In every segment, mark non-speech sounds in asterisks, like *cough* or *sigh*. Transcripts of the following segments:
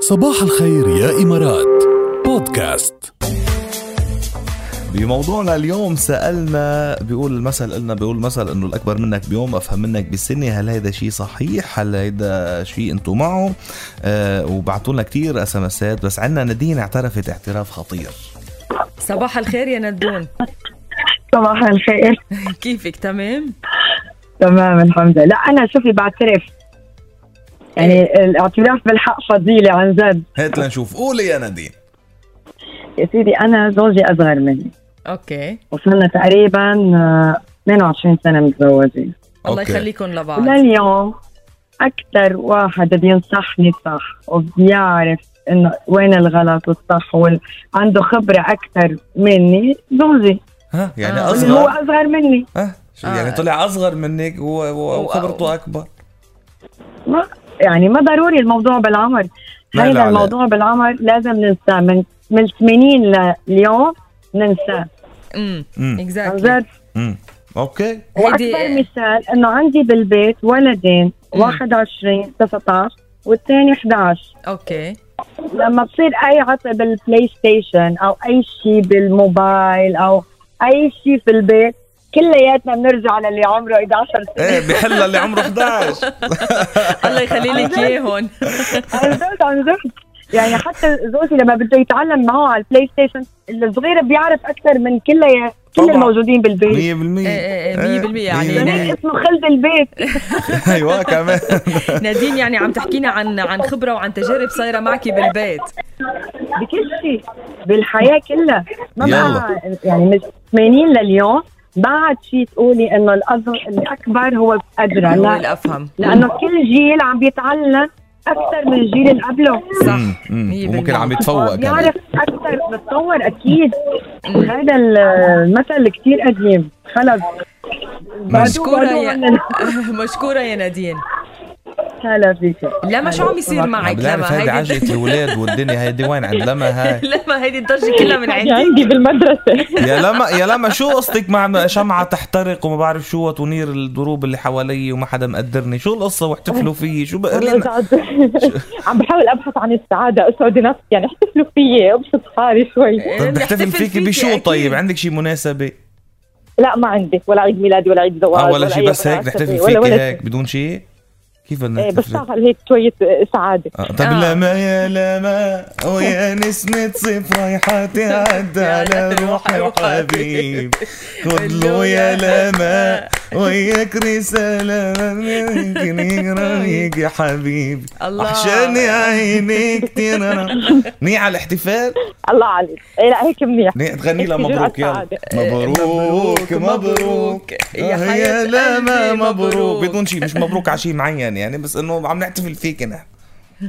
صباح الخير يا إمارات بودكاست بموضوعنا اليوم سالنا بيقول المثل قلنا بيقول المثل انه الاكبر منك بيوم افهم منك بسنه هل هيدا شيء صحيح هل هيدا شيء انتم معه آه وبعتوا لنا كثير اس ام اسات بس عندنا نادين اعترفت اعتراف خطير صباح الخير يا ندون صباح الخير *laughs* كيفك تمام تمام الحمد لله لا انا شوفي بعترف يعني الاعتراف بالحق فضيلة عن جد هات لنشوف قولي يا نادين يا سيدي انا زوجي اصغر مني اوكي وصلنا تقريبا آه، 22 سنة متزوجين الله أوكي. يخليكم لبعض لليوم اكثر واحد بينصحني الصح وبيعرف انه وين الغلط والصح وعنده خبرة اكثر مني زوجي ها يعني آه. اللي هو اصغر اصغر مني ها يعني آه. طلع اصغر منك و- و- وخبرته اكبر ما يعني ما ضروري الموضوع بالعمر ما له هذا علاقة. الموضوع بالعمر لازم ننساه من من 80 لليوم ننساه امم امم عن اكزاكتلي جد امم *laughs* اوكي واكبر مثال انه عندي بالبيت ولدين مم. واحد 21 19 والثاني 11 اوكي لما بصير اي عطل بالبلاي ستيشن او اي شيء بالموبايل او اي شيء في البيت كلياتنا بنرجع للي عمره 11 سنه ايه بحل اللي عمره 11 الله يخلي لك *laughs* اياهم عن جد عن جد يعني حتى زوجي لما بده يتعلم معه على البلاي ستيشن الصغير بيعرف اكثر من كل كل طبعاً. الموجودين بالبيت 100% إيه إيه إيه، 100% يعني. يعني 100%. اسمه خلد البيت ايوه كمان نادين يعني عم تحكينا عن عن خبره وعن تجارب صايره معك بالبيت بكل شيء بالحياه كلها ما يلا. بقى يعني من 80 لليوم بعد شيء تقولي انه الاصغر الاكبر هو اجرى هو لا الافهم لانه كل جيل عم بيتعلم اكثر من الجيل اللي قبله صح مم، مم. 100%. وممكن عم آه، يتفوق كمان بيعرف اكثر بتطور اكيد هذا المثل كثير قديم خلص مشكورة يا- *laughs* مشكوره يا نادين هلا فيك لما شو عم يصير عم معك بنعرف لما هيدي هيدي الد- *laughs* عجلة الولاد والدنيا هيدي وين عند لما *laughs* هاي لما هيدي الضجه كلها من عندي عندي بالمدرسه يا لما يا لما شو قصتك مع شمعة تحترق وما بعرف شو وتنير الضروب اللي حوالي وما حدا مقدرني شو القصة واحتفلوا فيي شو والله بقلنا صعب. *laughs* عم بحاول ابحث عن السعاده اسعد نفسي يعني احتفلوا فيي ابسط حالي شوي طيب نحتفل فيكي بشو طيب عندك شي مناسبة لا ما عندي ولا عيد ميلادي ولا عيد زواج اه ولا شي أي بس هيك مناسبة، نحتفل ولا فيكي ولا هيك بدون شي كيف بدنا إيه، نحتفل بشتغل هيك شويه آه، سعاده آه، طب آه. لما يا لما ويا نسمة صيف رايحاتي عدى على روحي وحبيب خد له يا لما وياك رسالة ممكن يقرا ليك يا حبيبي الله عشان يا عيني كتير انا منيح على الاحتفال الله عليك إيه لا هيك منيح منيح تغني لها إيه، مبروك يلا سعادة. مبروك مبروك يا آه، حياة لما قلبي مبروك. مبروك بدون شيء مش مبروك على شيء معين يعني بس انه عم نحتفل فيك نحن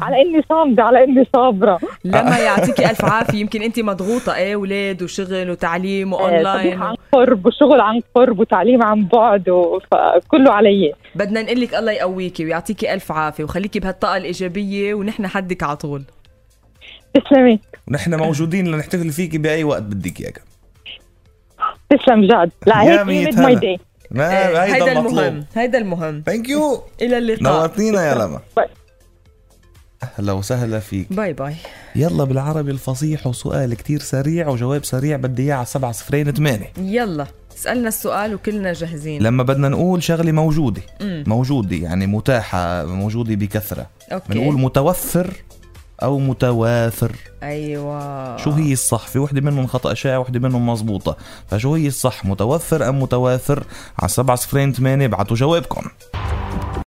على اني صامده على اني صابره لما آه. يعطيكي *laughs* الف عافيه يمكن انت مضغوطه ايه اولاد وشغل وتعليم إيه، آه، صديق واونلاين عن قرب وشغل عن قرب وتعليم عن بعد و- فكله علي بدنا نقول لك الله يقويكي ويعطيكي الف عافيه وخليكي بهالطاقه الايجابيه ونحن حدك على طول تسلمي ونحن موجودين لنحتفل فيكي باي وقت بدك اياها تسلم جد لا يا هيك ميت ميد ماي هلا. داي ما إيه، هيدا المطلوب المهم هيدا المهم ثانك *laughs* يو الى اللقاء نورتينا يا *laughs* لما باي. اهلا وسهلا فيك باي باي يلا بالعربي الفصيح وسؤال كتير سريع وجواب سريع بدي اياه على 7 0 8 يلا سألنا السؤال وكلنا جاهزين لما بدنا نقول شغله موجوده مم. موجوده يعني متاحه موجوده بكثره اوكي بنقول متوفر او متوافر ايوه شو هي الصح في وحده منهم خطا شائع وحده منهم مزبوطه فشو هي الصح متوفر ام متوافر على 7 0 8 ابعتوا جوابكم